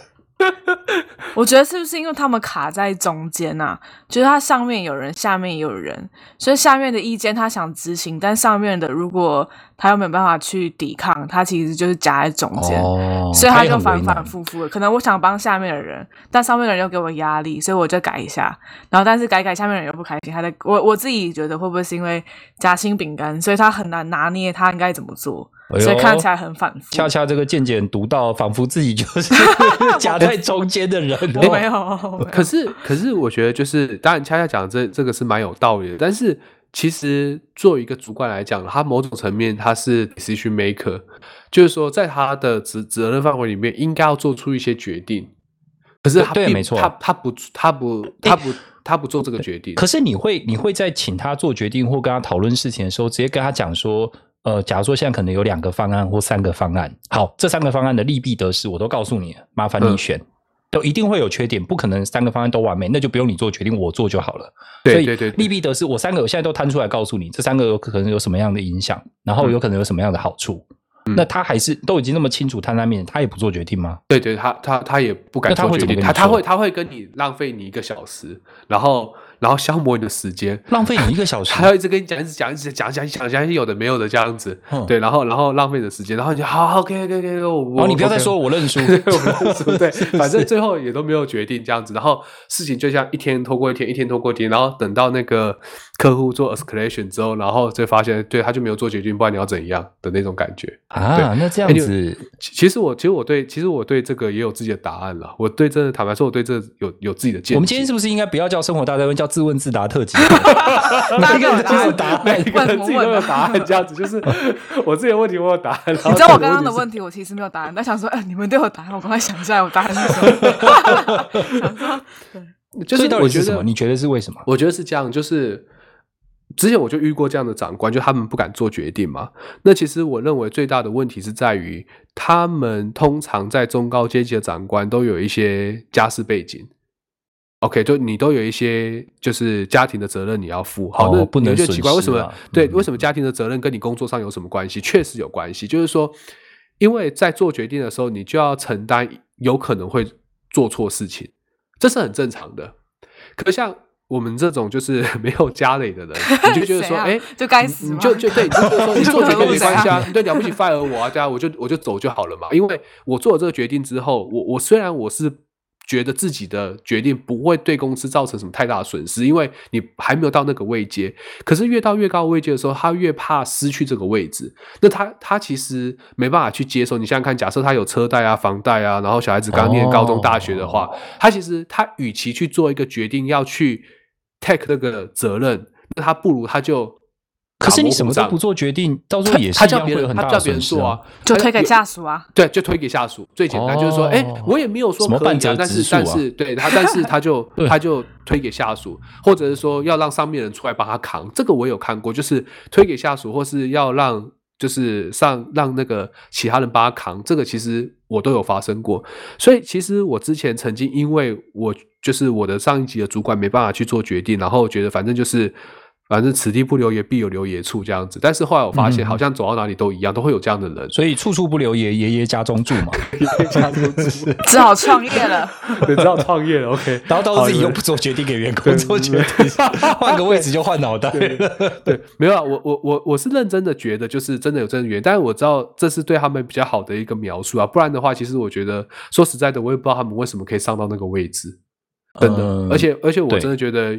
Speaker 3: 我觉得是不是因为他们卡在中间啊？就是他上面有人，下面也有人，所以下面的意见他想执行，但上面的如果他又没有办法去抵抗，他其实就是夹在中间，
Speaker 1: 哦
Speaker 3: 所以
Speaker 1: 他
Speaker 3: 他
Speaker 1: 也
Speaker 3: 就
Speaker 1: 很
Speaker 3: 反
Speaker 1: 为
Speaker 3: 反
Speaker 1: 难
Speaker 3: 复复的。可能我想帮下面的人，但上面的人又给我压力，所以我就改一下，然后但是改改下面的人又不开心，他在我我自己觉得会不会是因为夹心饼干，所以他很难拿捏他应该怎么做，
Speaker 1: 哎呦
Speaker 3: 所以看起来很反复。
Speaker 1: 恰恰这个见解很独到，仿佛自己就是 夹在中间的人。哦
Speaker 3: 我没有，我没有
Speaker 2: 哦可是，可是，我觉得就是，当然，恰恰讲这这个是蛮有道理的。但是，其实作为一个主管来讲，他某种层面他是 decision maker，就是说，在他的责责任范围里面，应该要做出一些决定。可是他
Speaker 1: 对对
Speaker 2: 并
Speaker 1: 没错
Speaker 2: 他他不他不他不他不做这个决定。
Speaker 1: 可是你会，你会在请他做决定或跟他讨论事情的时候，直接跟他讲说，呃，假如说现在可能有两个方案或三个方案，好，这三个方案的利弊得失我都告诉你了，麻烦你
Speaker 2: 嗯
Speaker 1: 选。都一定会有缺点，不可能三个方案都完美，那就不用你做决定，我做就好了。
Speaker 2: 对对对
Speaker 1: 所以利
Speaker 2: 对
Speaker 1: 弊得失，我三个我现在都摊出来告诉你，这三个有可能有什么样的影响，然后有可能有什么样的好处。
Speaker 2: 嗯
Speaker 1: 那他还是都已经那么清楚摊在面，他也不做决定吗？
Speaker 2: 对对，他他他也不敢
Speaker 1: 那他
Speaker 2: 做
Speaker 1: 会怎
Speaker 2: 决
Speaker 1: 么跟
Speaker 2: 定，
Speaker 1: 你
Speaker 2: 他他
Speaker 1: 说
Speaker 2: 会他会跟你浪费你一个小时，然后然后消磨你的时间，
Speaker 1: 浪费你一个小时，
Speaker 2: 他要一直跟你讲，一直讲，一直讲，讲讲讲有的没有的这样子，
Speaker 1: 嗯
Speaker 2: 对，然后然后浪费你的时间，然后你就好好，OK OK OK，我
Speaker 1: 哦，
Speaker 2: 我
Speaker 1: 你不要再
Speaker 2: OK
Speaker 1: 说 了，我认输。
Speaker 2: 对，我们说对，反正最后也都没有决定这样子，然后事情就像一天拖过一天，一天拖过一天，然后等到那个客户做 escalation 之后，然后就发现对他就没有做决定，不然你要怎样的那种感觉。
Speaker 1: 啊，那这样子，
Speaker 2: 其其实我其实我对其实我对这个也有自己的答案了，我对这坦白说，我对这有有自己的见解。
Speaker 1: 我们今天是不是应该不要叫生活大灾问，叫自问自答特 辑？每
Speaker 3: 大
Speaker 1: 个
Speaker 3: 家
Speaker 1: 人
Speaker 3: 都
Speaker 1: 都
Speaker 3: 有
Speaker 1: 有
Speaker 3: 答
Speaker 1: 答
Speaker 3: 案
Speaker 1: 案。
Speaker 2: 每个人自己都有答案，这样子就是我自己的问题我有答案。你
Speaker 3: 你知道我刚刚的问题，我其实没有答案，但想说，哎、你们都有答案，我赶快想一下我答案是什 么。想说，
Speaker 2: 就
Speaker 1: 所
Speaker 2: 是
Speaker 1: 以到
Speaker 2: 我
Speaker 1: 底
Speaker 2: 觉
Speaker 1: 是什
Speaker 2: 得
Speaker 1: 么？你觉得是为什么？
Speaker 2: 我觉得是这样，就是之前我就遇过这样的长官，就他们不敢做决定嘛。那其实我认为最大的问题是在于，他们通常在中高阶级的长官都有一些家世背景。OK，就你都有一些就是家庭的责任你要负，好，
Speaker 1: 哦
Speaker 2: 那
Speaker 1: 不能
Speaker 2: 你就觉得奇怪，为
Speaker 1: 损失
Speaker 2: 什么
Speaker 1: 啊
Speaker 2: 对
Speaker 1: 嗯
Speaker 2: 为什么家庭的责任跟你工作上有什么关系？确实有关系，就是说，因为在做决定的时候，你就要承担有可能会做错事情，这是很正常的。可像我们这种就是 没有家累的人，你就觉得
Speaker 3: 谁
Speaker 2: 说，
Speaker 3: 啊
Speaker 2: 哎、
Speaker 3: 就该死
Speaker 2: 你
Speaker 3: 吗
Speaker 2: 就就对，你就觉得说你做决定没
Speaker 3: 怎
Speaker 2: 关
Speaker 3: 样
Speaker 2: 系啊，你对了不起 fire 我啊，对啊，我就我就走就好了嘛。因为我做了这个决定之后，我我虽然我是觉得自己的决定不会对公司造成什么太大的损失，因为你还没有到那个位阶。可是越到越高的位阶的时候，他越怕失去这个位置，那他他其实没办法去接受。你想想看，假设他有车贷啊、房贷啊，然后小孩子刚念高中、大学的话，
Speaker 1: 哦
Speaker 2: 他其实他与其去做一个决定要去 take 这个责任，那他不如他就
Speaker 1: 可是你什么
Speaker 2: 打
Speaker 1: 都
Speaker 2: 模
Speaker 1: 不
Speaker 2: 糊仗。
Speaker 1: 做决 定，到时
Speaker 2: 他
Speaker 1: 候也是
Speaker 2: 他
Speaker 1: 一
Speaker 2: 叫
Speaker 1: 样会
Speaker 2: 别
Speaker 1: 有
Speaker 2: 人，
Speaker 1: 很
Speaker 2: 他
Speaker 1: 大
Speaker 2: 叫
Speaker 1: 的
Speaker 2: 别人
Speaker 1: 损失
Speaker 2: 做啊
Speaker 1: 啊。，
Speaker 3: 就
Speaker 2: 他
Speaker 3: 推给
Speaker 2: 有
Speaker 3: 下属啊。
Speaker 2: 对，就推给下属，最简单、
Speaker 1: 哦
Speaker 2: 就是说，哎，我也没有说
Speaker 1: 什么
Speaker 2: 可以
Speaker 1: 半
Speaker 2: 啊
Speaker 1: 折，
Speaker 2: 但
Speaker 1: 指
Speaker 2: 是
Speaker 1: 数啊
Speaker 2: 但是对他，但是他就
Speaker 1: 对
Speaker 2: 他就推给下属，或者是说要让上面人出来帮他扛，这个我有看过，就是推给下属，或是要让就是上让那个其他人帮他扛，这个其实我都有发生过，所以其实我之前曾经因为我就是我的上一级的主管没办法去做决定，然后觉得反正就是。反正此地不留爷，必有留爷处这样子。但是后来我发现，
Speaker 1: 嗯
Speaker 2: 好像走到哪里都一样，都会有这样的人。
Speaker 1: 所以处处不留爷，爷爷家中住 嘛。
Speaker 3: 只好创业了。
Speaker 2: 对，知道创业了，OK。
Speaker 1: 然后到时候自己又
Speaker 2: 好
Speaker 1: 不做决定给员工做决 定，换个位置就换脑袋 了。
Speaker 2: 对，没有啊，我我我我是认真的，觉得就是真的有这个原因，但是我知道这是对他们比较好的一个描述啊，不然的话，其实我觉得说实在的，我也不知道他们为什么可以上到那个位置，真的，
Speaker 1: 嗯
Speaker 2: 而且而且我
Speaker 1: 对
Speaker 2: 真的觉得，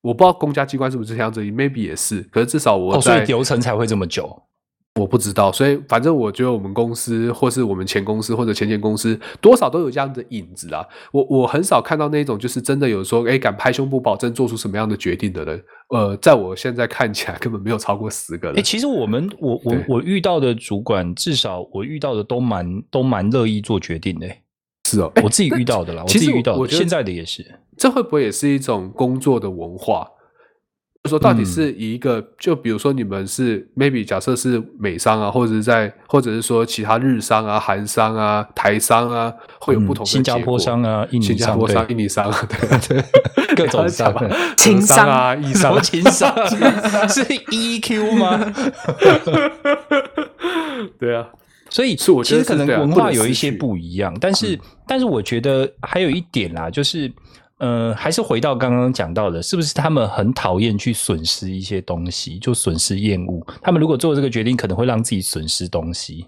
Speaker 2: 我不知道公家机关是不是这样子，maybe 也是，可是至少我
Speaker 1: 哦，所
Speaker 2: 在、
Speaker 1: 以流程才会这么久。
Speaker 2: 我不知道，所以反正我觉得我们公司或是我们前公司或者前前公司多少都有这样的影子啊。我我很少看到那种就是真的有说，哎，敢拍胸脯保证做出什么样的决定的人。呃，在我现在看起来根本没有超过十个
Speaker 1: 哎、
Speaker 2: 人。
Speaker 1: 其实我们我我
Speaker 2: 对
Speaker 1: 我遇到的主管，至少我遇到的都蛮都蛮乐意做决定的、
Speaker 2: 是哦，
Speaker 1: 我自己
Speaker 2: 那
Speaker 1: 遇到的啦，我
Speaker 2: 其
Speaker 1: 自己
Speaker 2: 实我
Speaker 1: 遇到的，
Speaker 2: 我觉得
Speaker 1: 现在的也是。
Speaker 2: 这会不会也是一种工作的文化？就说
Speaker 1: 嗯
Speaker 2: 到底是以一个，就比如说你们是 maybe 假设是美商啊，或者是在，或者是说其他日商啊、韩商啊、台商啊，会有不同的、
Speaker 1: 嗯新加坡商啊印尼
Speaker 2: 新加坡
Speaker 1: 商
Speaker 2: 商、
Speaker 1: 对
Speaker 2: 印尼商 啊， 对
Speaker 1: 各 种商
Speaker 2: 商吧，
Speaker 3: 情商
Speaker 2: 商 啊、意
Speaker 1: 什
Speaker 2: 商
Speaker 1: 么
Speaker 2: 啊，
Speaker 1: 情商？ 是 EQ 吗？
Speaker 2: 对啊，
Speaker 1: 所以，
Speaker 2: 是我觉
Speaker 1: 其
Speaker 2: 得
Speaker 1: 实可能
Speaker 2: 是对啊
Speaker 1: 文
Speaker 2: 不
Speaker 1: 化
Speaker 2: 能嗯
Speaker 1: 有一
Speaker 2: 失
Speaker 1: 些
Speaker 2: 去
Speaker 1: 不一样，但是，但是我觉得还有一点啦，就是，呃，还是回到刚刚讲到的，是不是他们很讨厌去损失一些东西，就损失厌恶？他们如果做这个决定，可能会让自己损失东西。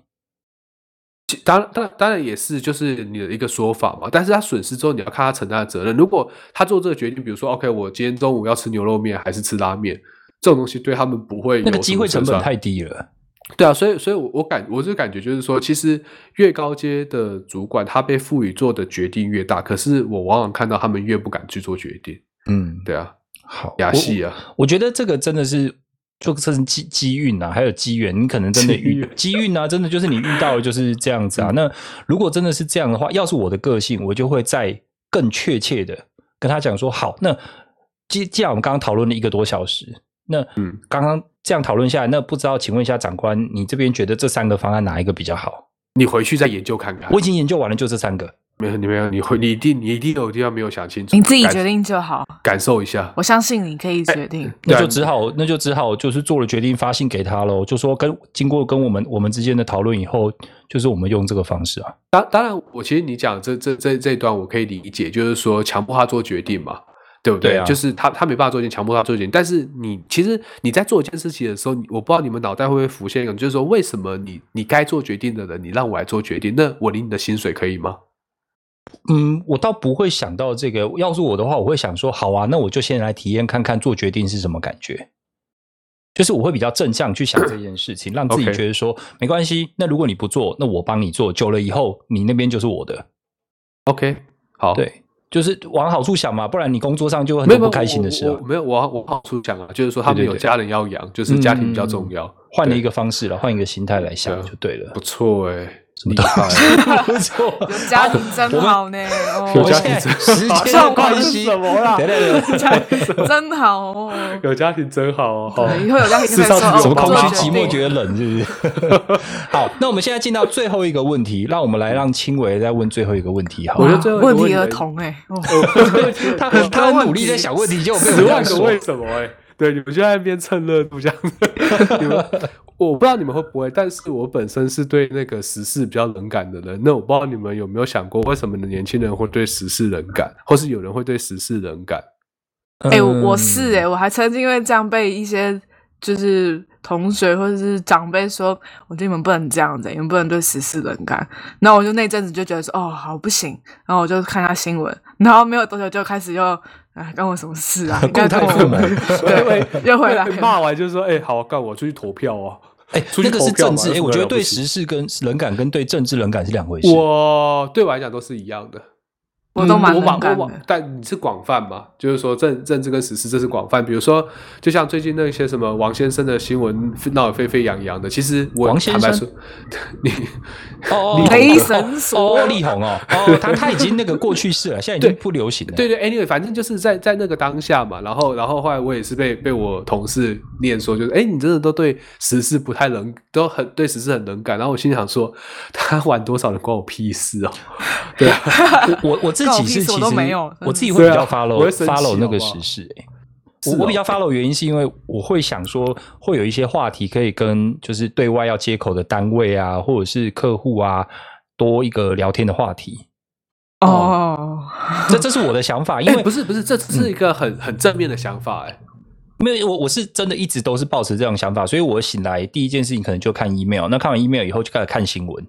Speaker 2: 其当然，当然，当然也是，就是你的一个说法嘛。但是他损失之后，你要看他承担的责任。如果他做这个决定，比如说，OK，我今天中午要吃牛肉面还是吃拉面，这种东西对他们不会有
Speaker 1: 那个
Speaker 2: 什
Speaker 1: 机
Speaker 2: 么
Speaker 1: 会成本
Speaker 2: 损伤
Speaker 1: 太低了。
Speaker 2: 对啊，所以，所以我我感我就感觉就是说，其实越高阶的主管，他被赋予做的决定越大，可是我往往看到他们越不敢去做决定。
Speaker 1: 嗯，
Speaker 2: 对啊，
Speaker 1: 好，
Speaker 2: 亚
Speaker 1: 我
Speaker 2: 细啊，
Speaker 1: 我觉得这个真的是。就这是机机运啊，还有机缘，你可能真的
Speaker 2: 机
Speaker 1: 遇
Speaker 2: 缘嗯
Speaker 1: 机运啊，真的就是你遇到的就是这样子啊。那如果真的是这样的话，要是我的个性，我就会再更确切的跟他讲说，好，那既既然我们刚刚讨论了一个多小时，那
Speaker 2: 嗯
Speaker 1: 刚刚这样讨论下来，那不知道请问一下长官，你这边觉得这三个方案哪一个比较好？
Speaker 2: 你回去再研究看看。
Speaker 1: 我已经研究完了，就这三个。
Speaker 2: 没有，你没有，你会，你一定，你一定有地方没有想清楚，
Speaker 3: 你自己
Speaker 2: 感
Speaker 3: 决，定就好，
Speaker 2: 感受一下。
Speaker 3: 我相信你可以决定。
Speaker 1: 那就
Speaker 2: 对啊
Speaker 1: 只好，那就只好就是做了决定，发信给他喽。就说跟经过跟我们我们之间的讨论以后，就是我们用这个方式啊。
Speaker 2: 当当然，我其实你讲这这这这一段，我可以理解，就是说强迫他做决定嘛，对不对？
Speaker 1: 对啊
Speaker 2: 就是他他没办法做决定，强迫他做决定。但是你其实你在做一件事情的时候，你我不知道你们脑袋会不会浮现一个，就是说为什么你你该做决定的人，你让我来做决定，那我领你的薪水可以吗？
Speaker 1: 嗯，我倒不会想到这个。要是我的话，我会想说，好啊，那我就先来体验看看做决定是什么感觉。就是我会比较正向去想这件事情，让自己
Speaker 2: OK
Speaker 1: 觉得说没关系。那如果你不做，那我帮你做，久了以后你那边就是我的。
Speaker 2: OK，好，，
Speaker 1: 对，就是往好处想嘛，不然你工作上就有很
Speaker 2: 哦没
Speaker 1: 多
Speaker 2: 有
Speaker 1: 不开心的事
Speaker 2: 我
Speaker 1: 啊
Speaker 2: 我。没有，我我好处讲啊，就是说他们
Speaker 1: 对对
Speaker 2: 有
Speaker 1: 对
Speaker 2: 家人要养，就是家庭比较重要。
Speaker 1: 换了一
Speaker 2: 对
Speaker 1: 个方式了，换一个心态来想
Speaker 2: 对啊
Speaker 1: 就对了。
Speaker 2: 不错哎、
Speaker 1: 什么
Speaker 2: 厉害欸
Speaker 1: 不
Speaker 2: 哎
Speaker 1: 错，
Speaker 3: 有家庭真好呢，哦
Speaker 2: 有
Speaker 1: 我
Speaker 2: 家
Speaker 1: 哦现
Speaker 2: 庭
Speaker 1: 在
Speaker 2: 真
Speaker 1: 时
Speaker 2: 好
Speaker 1: 间的关系，
Speaker 2: 这什么啦
Speaker 1: 等等等等，
Speaker 3: 哦，真好 哦。
Speaker 2: 有家庭真好哦，好
Speaker 3: 对以后有家庭就可以
Speaker 2: 世上只
Speaker 3: 说哦
Speaker 2: 有
Speaker 1: 什么空
Speaker 2: 妈
Speaker 1: 虚
Speaker 2: 妈
Speaker 1: 寂
Speaker 2: 好
Speaker 1: 寞觉得冷，是不是？ 好，那我们现在进到最后一个问题，让我们来让青伟再问最后一个问题，好
Speaker 2: 我
Speaker 1: 了。
Speaker 2: 觉得最后一个
Speaker 3: 问
Speaker 2: 问
Speaker 3: 题
Speaker 2: 题
Speaker 3: 儿童哎，哦
Speaker 1: 他他很努力在想问题，结果被我
Speaker 2: 十
Speaker 1: 这
Speaker 2: 万
Speaker 1: 样
Speaker 2: 个
Speaker 1: 说
Speaker 2: 为。什么、欸？哎，对，你们就在那边蹭热度这样子。 你们，我不知道你们会不会，但是我本身是对那个时事比较冷感的人。那我不知道你们有没有想过，为什么年轻人会对时事冷感，或是有人会对时事冷感？
Speaker 3: 哎，我我是哎、
Speaker 1: 嗯
Speaker 3: 我还曾经因为这样被一些就是同学或者是长辈说，我觉得你们不能这样子、你们不能对时事冷感。然后我就那阵子就觉得说，哦，好不行，然后我就看一下新闻，然后没有多久就开始又，哎，关我什么事啊？你
Speaker 1: 固
Speaker 3: 该
Speaker 1: 态
Speaker 3: 跟
Speaker 1: 父母
Speaker 3: 我，对，又 回来
Speaker 2: 被
Speaker 3: 了。
Speaker 2: 骂完就说：“哎、好，干我出去投票哦。
Speaker 1: 哎，
Speaker 2: 出
Speaker 1: 那
Speaker 2: 去
Speaker 1: 个是
Speaker 2: 投票
Speaker 1: 政
Speaker 2: 嘛
Speaker 1: 治，
Speaker 2: 有
Speaker 1: 哎，
Speaker 2: 什么
Speaker 1: 我觉得
Speaker 2: 了不
Speaker 1: 对
Speaker 2: 起
Speaker 1: 时事跟冷感跟对政治冷感是两回事。哦
Speaker 2: 我对我来讲都是一样的。
Speaker 3: 我都蛮
Speaker 2: 嗯我
Speaker 3: 冷
Speaker 2: 往
Speaker 3: 感
Speaker 2: 我
Speaker 3: 的
Speaker 2: 往，，但你是广泛嘛？就是说政政治跟时事，这是广泛。比如说，就像最近那些什么王先生的新闻闹得沸沸扬扬的，其实我
Speaker 1: 王先
Speaker 2: 坦白
Speaker 1: 生
Speaker 2: 说，你
Speaker 1: 哦，
Speaker 2: 你
Speaker 1: 哦
Speaker 3: 雷
Speaker 1: 哦
Speaker 3: 神索
Speaker 1: 哦，力宏哦，哦，他他已经那个过去式了，现在已经
Speaker 2: 对
Speaker 1: 不流行了。
Speaker 2: 对对，anyway，反正就是在在那个当下嘛。然后然后后来我也是被被我同事念说，就是哎，你真的都对时事不太冷，都很对时事很冷感。然后我心想说，他玩多少人关我屁事哦。对啊，
Speaker 1: 我我我自
Speaker 3: 告
Speaker 1: 己
Speaker 3: 屁
Speaker 1: 是
Speaker 3: 事我
Speaker 1: 其
Speaker 3: 都
Speaker 1: 实
Speaker 3: 没有真的
Speaker 1: 我自己会比较
Speaker 2: 对啊
Speaker 1: follow、
Speaker 2: 我会生气
Speaker 1: follow 那个
Speaker 2: 好不
Speaker 1: 时
Speaker 2: 好
Speaker 1: 事、欸。
Speaker 2: 是
Speaker 1: 我我比较
Speaker 2: 哦
Speaker 1: follow 原因是因为我会想说，会有一些话题可以跟就是对外要接口的单位啊，或者是客户啊，多一个聊天的话题。
Speaker 3: 哦，
Speaker 1: 这这是我的想法，因
Speaker 2: 哎、
Speaker 1: 为嗯
Speaker 2: 不是不是，这只是一个很、很正面的想法哎、
Speaker 1: 没有我我是真的一直都是抱持这种想法，所以我醒来第一件事情可能就看 email，那看完 email 以后就开始看新闻。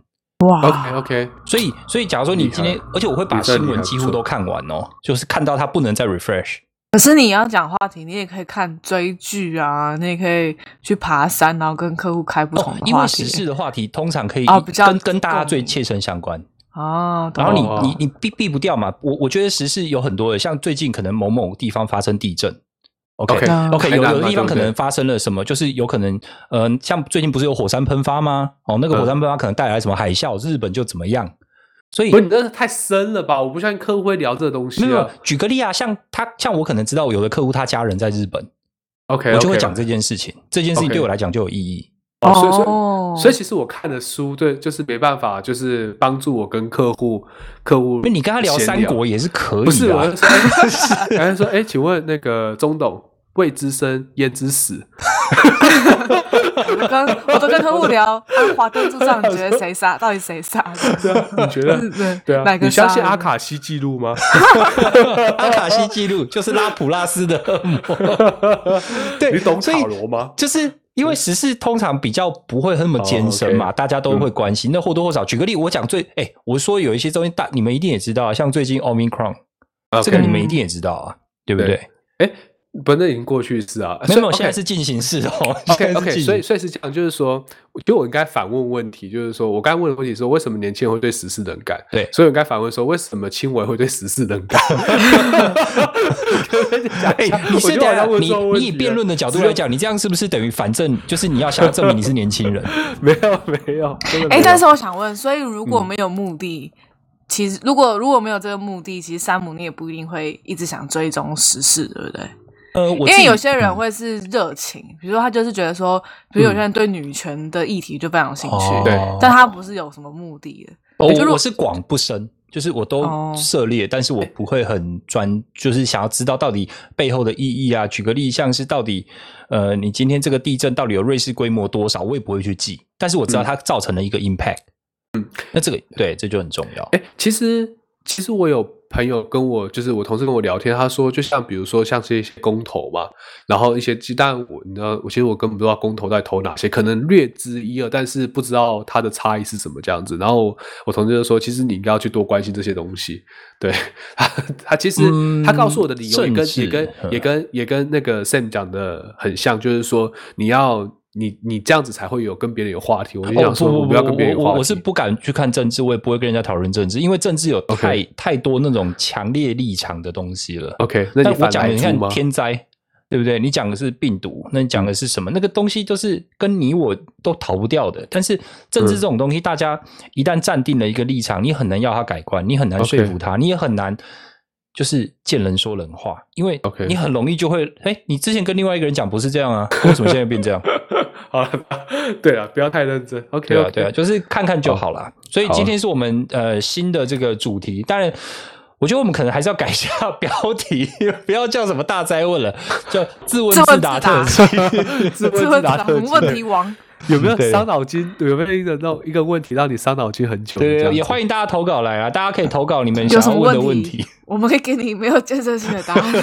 Speaker 2: OK
Speaker 1: 啊
Speaker 2: OK，
Speaker 1: 所以所以假如说你今天
Speaker 2: 厉害，
Speaker 1: 而且我会把
Speaker 2: 你这
Speaker 1: 新
Speaker 2: 厉害
Speaker 1: 闻
Speaker 2: 不
Speaker 1: 几乎
Speaker 2: 错
Speaker 1: 都看完哦，就是看到它不能再 refresh。
Speaker 3: 可是你要讲话题，你也可以看追剧啊，你也可以去爬山，然后跟客户开不同
Speaker 1: 哦，
Speaker 3: 的
Speaker 1: 因为
Speaker 3: 话
Speaker 1: 时
Speaker 3: 题。
Speaker 1: 事的话题通常可以
Speaker 3: 哦比较
Speaker 1: 跟跟大家最
Speaker 3: 共鸣
Speaker 1: 切身相关。
Speaker 3: 哦，懂
Speaker 1: 然后
Speaker 3: 了
Speaker 1: 你、
Speaker 2: 哦
Speaker 1: 你你避避不掉嘛？我我觉得时事有很多的，像最近可能某某地方发生地震。OK
Speaker 2: OK，
Speaker 1: OK，
Speaker 2: 台
Speaker 1: 有
Speaker 2: 南
Speaker 1: 有的
Speaker 2: 嘛
Speaker 1: 地方
Speaker 2: 对不
Speaker 1: 可
Speaker 2: 对
Speaker 1: 能发生了什么，就是有可能，呃，像最近不是有火山喷发吗？哦，那个
Speaker 2: 嗯
Speaker 1: 火山喷发可能带来什么海啸，日本就怎么样。所以
Speaker 2: 不是哎你这太深了吧？我不相信客户会聊这个东西
Speaker 1: 没有
Speaker 2: 啊。
Speaker 1: 举个例啊，像他像我可能知道有的客户他家人在日本，
Speaker 2: OK，
Speaker 1: 我就会讲这件事情。这件事情
Speaker 2: OK
Speaker 1: 对我来讲就有意义。
Speaker 2: 哦，所以所以
Speaker 3: 哦
Speaker 2: 所以其实我看的书，对，就是没办法，就是帮助我跟客户客户闲。
Speaker 1: 那你跟他聊三国也是可以的、啊，
Speaker 2: 不是，我是说，哎然后说， 哎，请问那个钟董，未知生焉知死？
Speaker 3: 我都跟我都跟客户聊，啊，华灯初上，你觉得谁杀？到底谁杀的？
Speaker 2: 对啊，你 觉
Speaker 3: 是不
Speaker 2: 得
Speaker 3: 是？
Speaker 2: 对啊
Speaker 3: 哪，个
Speaker 2: 你相
Speaker 3: 杀
Speaker 2: 信
Speaker 3: 人
Speaker 2: 阿卡西记录吗？
Speaker 1: 阿卡西记录就是拉普拉斯的恶 魔。 对，
Speaker 2: 你懂
Speaker 1: 所以
Speaker 2: 塔罗吗？
Speaker 1: 就是因为时事通常比较不会那么艰深嘛，
Speaker 2: 哦，OK
Speaker 1: 大家都会关心。那或多或少，举个例，我讲最，哎、我说有一些东西大，你们一定也知道啊，像最近 Omicron，、这个你们一定也知道啊，对不对？
Speaker 2: 哎，不，那已经过去式啊。
Speaker 1: 没有，没有，
Speaker 2: 所以
Speaker 1: 现在是进行式 哦。
Speaker 2: OK
Speaker 1: 现在是
Speaker 2: OK，
Speaker 1: 进行
Speaker 2: 所以所以是这样，就是说，我觉得我应该反问问题，就是说我刚才问的问题是为什么年轻人会对时事冷感？
Speaker 1: 对
Speaker 2: 所以我应该反问说，为什么青委会对时事冷感？
Speaker 1: 哎、你是
Speaker 2: 这样
Speaker 1: 的，
Speaker 2: 问
Speaker 1: 你
Speaker 2: 这种问
Speaker 1: 你以
Speaker 2: 题
Speaker 1: 辩
Speaker 2: 了
Speaker 1: 论的角度来讲，你这样是不是等于反正就是你要想要证明你是年轻人？
Speaker 2: 没有没有，真的没
Speaker 3: 哎，
Speaker 2: 有
Speaker 3: 但是我想问，所以如果没有目的，其实如果如果没有这个目的，其实山姆你也不一定会一直想追踪时事，对不对？
Speaker 1: 呃，我
Speaker 3: 因
Speaker 1: 自
Speaker 3: 为
Speaker 1: 己
Speaker 3: 有些人会是热情，比如说他就是觉得说，比如有些人对女权的议题就非常有兴趣，
Speaker 1: 哦
Speaker 2: 对
Speaker 3: 但他不是有什么目的的。
Speaker 1: 哦
Speaker 3: 就如
Speaker 1: 我我是广不深，就是我都
Speaker 3: 哦
Speaker 1: 涉猎，但是我不会很专，就是想要知道到底背后的意义啊。举个例，像是到底呃，你今天这个地震到底有瑞士规模多少，我也不会去记，但是我知
Speaker 2: 嗯
Speaker 1: 道它造成了一个 impact。嗯，那这个对，这就很重要。
Speaker 2: 哎、其实其实我有朋友跟我，就是我同事跟我聊天，他说，就像比如说像是一些公投嘛，然后一些，其当然我你知道，我其实我根本不知道公投在投哪些，可能略知一二，但是不知道它的差异是什么这样子。然后我同事就说，其实你应该要去多关心这些东西。对他，他其实、他告诉我的理由也
Speaker 1: 嗯
Speaker 2: 跟
Speaker 1: 政
Speaker 2: 也跟
Speaker 1: 治嗯
Speaker 2: 也跟也跟那个 Sam 讲的很像，就是说你要。你你这样子才会有跟别人有话题，我就
Speaker 1: 哦
Speaker 2: 想
Speaker 1: 不
Speaker 2: 说，
Speaker 1: 不
Speaker 2: 我
Speaker 1: 不，
Speaker 2: 要跟别人有
Speaker 1: 我
Speaker 2: 话
Speaker 1: 我
Speaker 2: 题。
Speaker 1: 我是不敢去看政治，我也不会跟人家讨论政治，因为政治有太太多那种强烈立场的东西了。
Speaker 2: OK，那
Speaker 1: 但
Speaker 2: 你
Speaker 1: 我
Speaker 2: 反
Speaker 1: 讲的，
Speaker 2: 来
Speaker 1: 你
Speaker 2: 猪
Speaker 1: 看
Speaker 2: 吗？嗯
Speaker 1: 天灾，对不对？你讲的是病毒，那你讲的是什么？那个东西就是跟你我都逃不掉的。但是政治
Speaker 2: 嗯
Speaker 1: 这种东西，大家一旦站定了一个立场，你很难要他改观，你很难说
Speaker 2: OK
Speaker 1: 服他，你也很难就是见人说人话，因为
Speaker 2: OK
Speaker 1: 你很容易就会，哎，你之前跟另外一个人讲不是这样啊，为什么现在变这样？
Speaker 2: 好了，对了，不要太认真。OK，
Speaker 1: 对啊
Speaker 2: OK，
Speaker 1: 对啊，就是看看就好啦。所以今天是我们呃新的这个主题，当然。我觉得我们可能还是要改一下标题， 不要叫什么大灾问了， 叫自问
Speaker 3: 自问
Speaker 1: 自答
Speaker 3: 自答
Speaker 1: 特辑。
Speaker 2: 自
Speaker 3: 这
Speaker 2: 问
Speaker 3: 会
Speaker 2: 自
Speaker 3: 打
Speaker 2: 答特辑
Speaker 3: 问题王，
Speaker 2: 有没有
Speaker 1: 对
Speaker 2: 伤脑筋？有没有一个那种一个问题让你伤脑筋很久？
Speaker 1: 对
Speaker 2: 这
Speaker 1: 对，
Speaker 2: 样
Speaker 1: 也
Speaker 2: 子
Speaker 1: 欢迎大家投稿来啊！大家可以投稿你们
Speaker 3: 有
Speaker 1: 想
Speaker 3: 什
Speaker 1: 要
Speaker 3: 么
Speaker 1: 问的
Speaker 3: 问
Speaker 1: 问
Speaker 3: 题
Speaker 1: 题，
Speaker 3: 我们可以给你没有建设性的答案。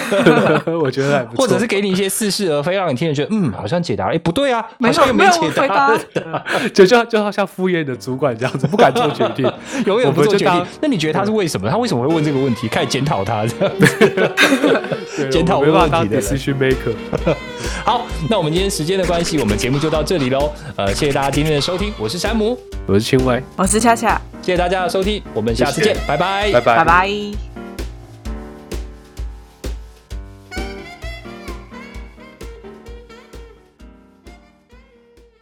Speaker 2: 我觉得还不错，
Speaker 1: 或者是给你一些似是而非，让你听着觉得嗯，好像解答了，哎，不对啊，
Speaker 3: 没
Speaker 1: 好像
Speaker 3: 有
Speaker 1: 也没
Speaker 3: 没有
Speaker 1: 解
Speaker 3: 回
Speaker 1: 答
Speaker 3: 答，
Speaker 2: 就像就好像敷衍你的主管这样子，不敢做决定。
Speaker 1: 永远
Speaker 2: 我
Speaker 1: 不
Speaker 2: 们
Speaker 1: 做
Speaker 2: 就
Speaker 1: 决定
Speaker 2: 当。
Speaker 1: 那你觉得他是为什么？他为什么会问这个问题？开始检讨他这样。
Speaker 2: 对
Speaker 1: 检讨
Speaker 2: 我没办法当
Speaker 1: 问题的
Speaker 2: decision maker。
Speaker 1: 好，那我们今天时间的关系，我们节目就到这里喽。呃，谢谢大家今天的收听，我是山姆，
Speaker 2: 我是青薇，
Speaker 3: 我是恰恰，
Speaker 1: 谢谢大家的收听，我们下次
Speaker 2: 谢谢
Speaker 1: 见，拜拜，
Speaker 2: 拜拜
Speaker 3: 拜。拜。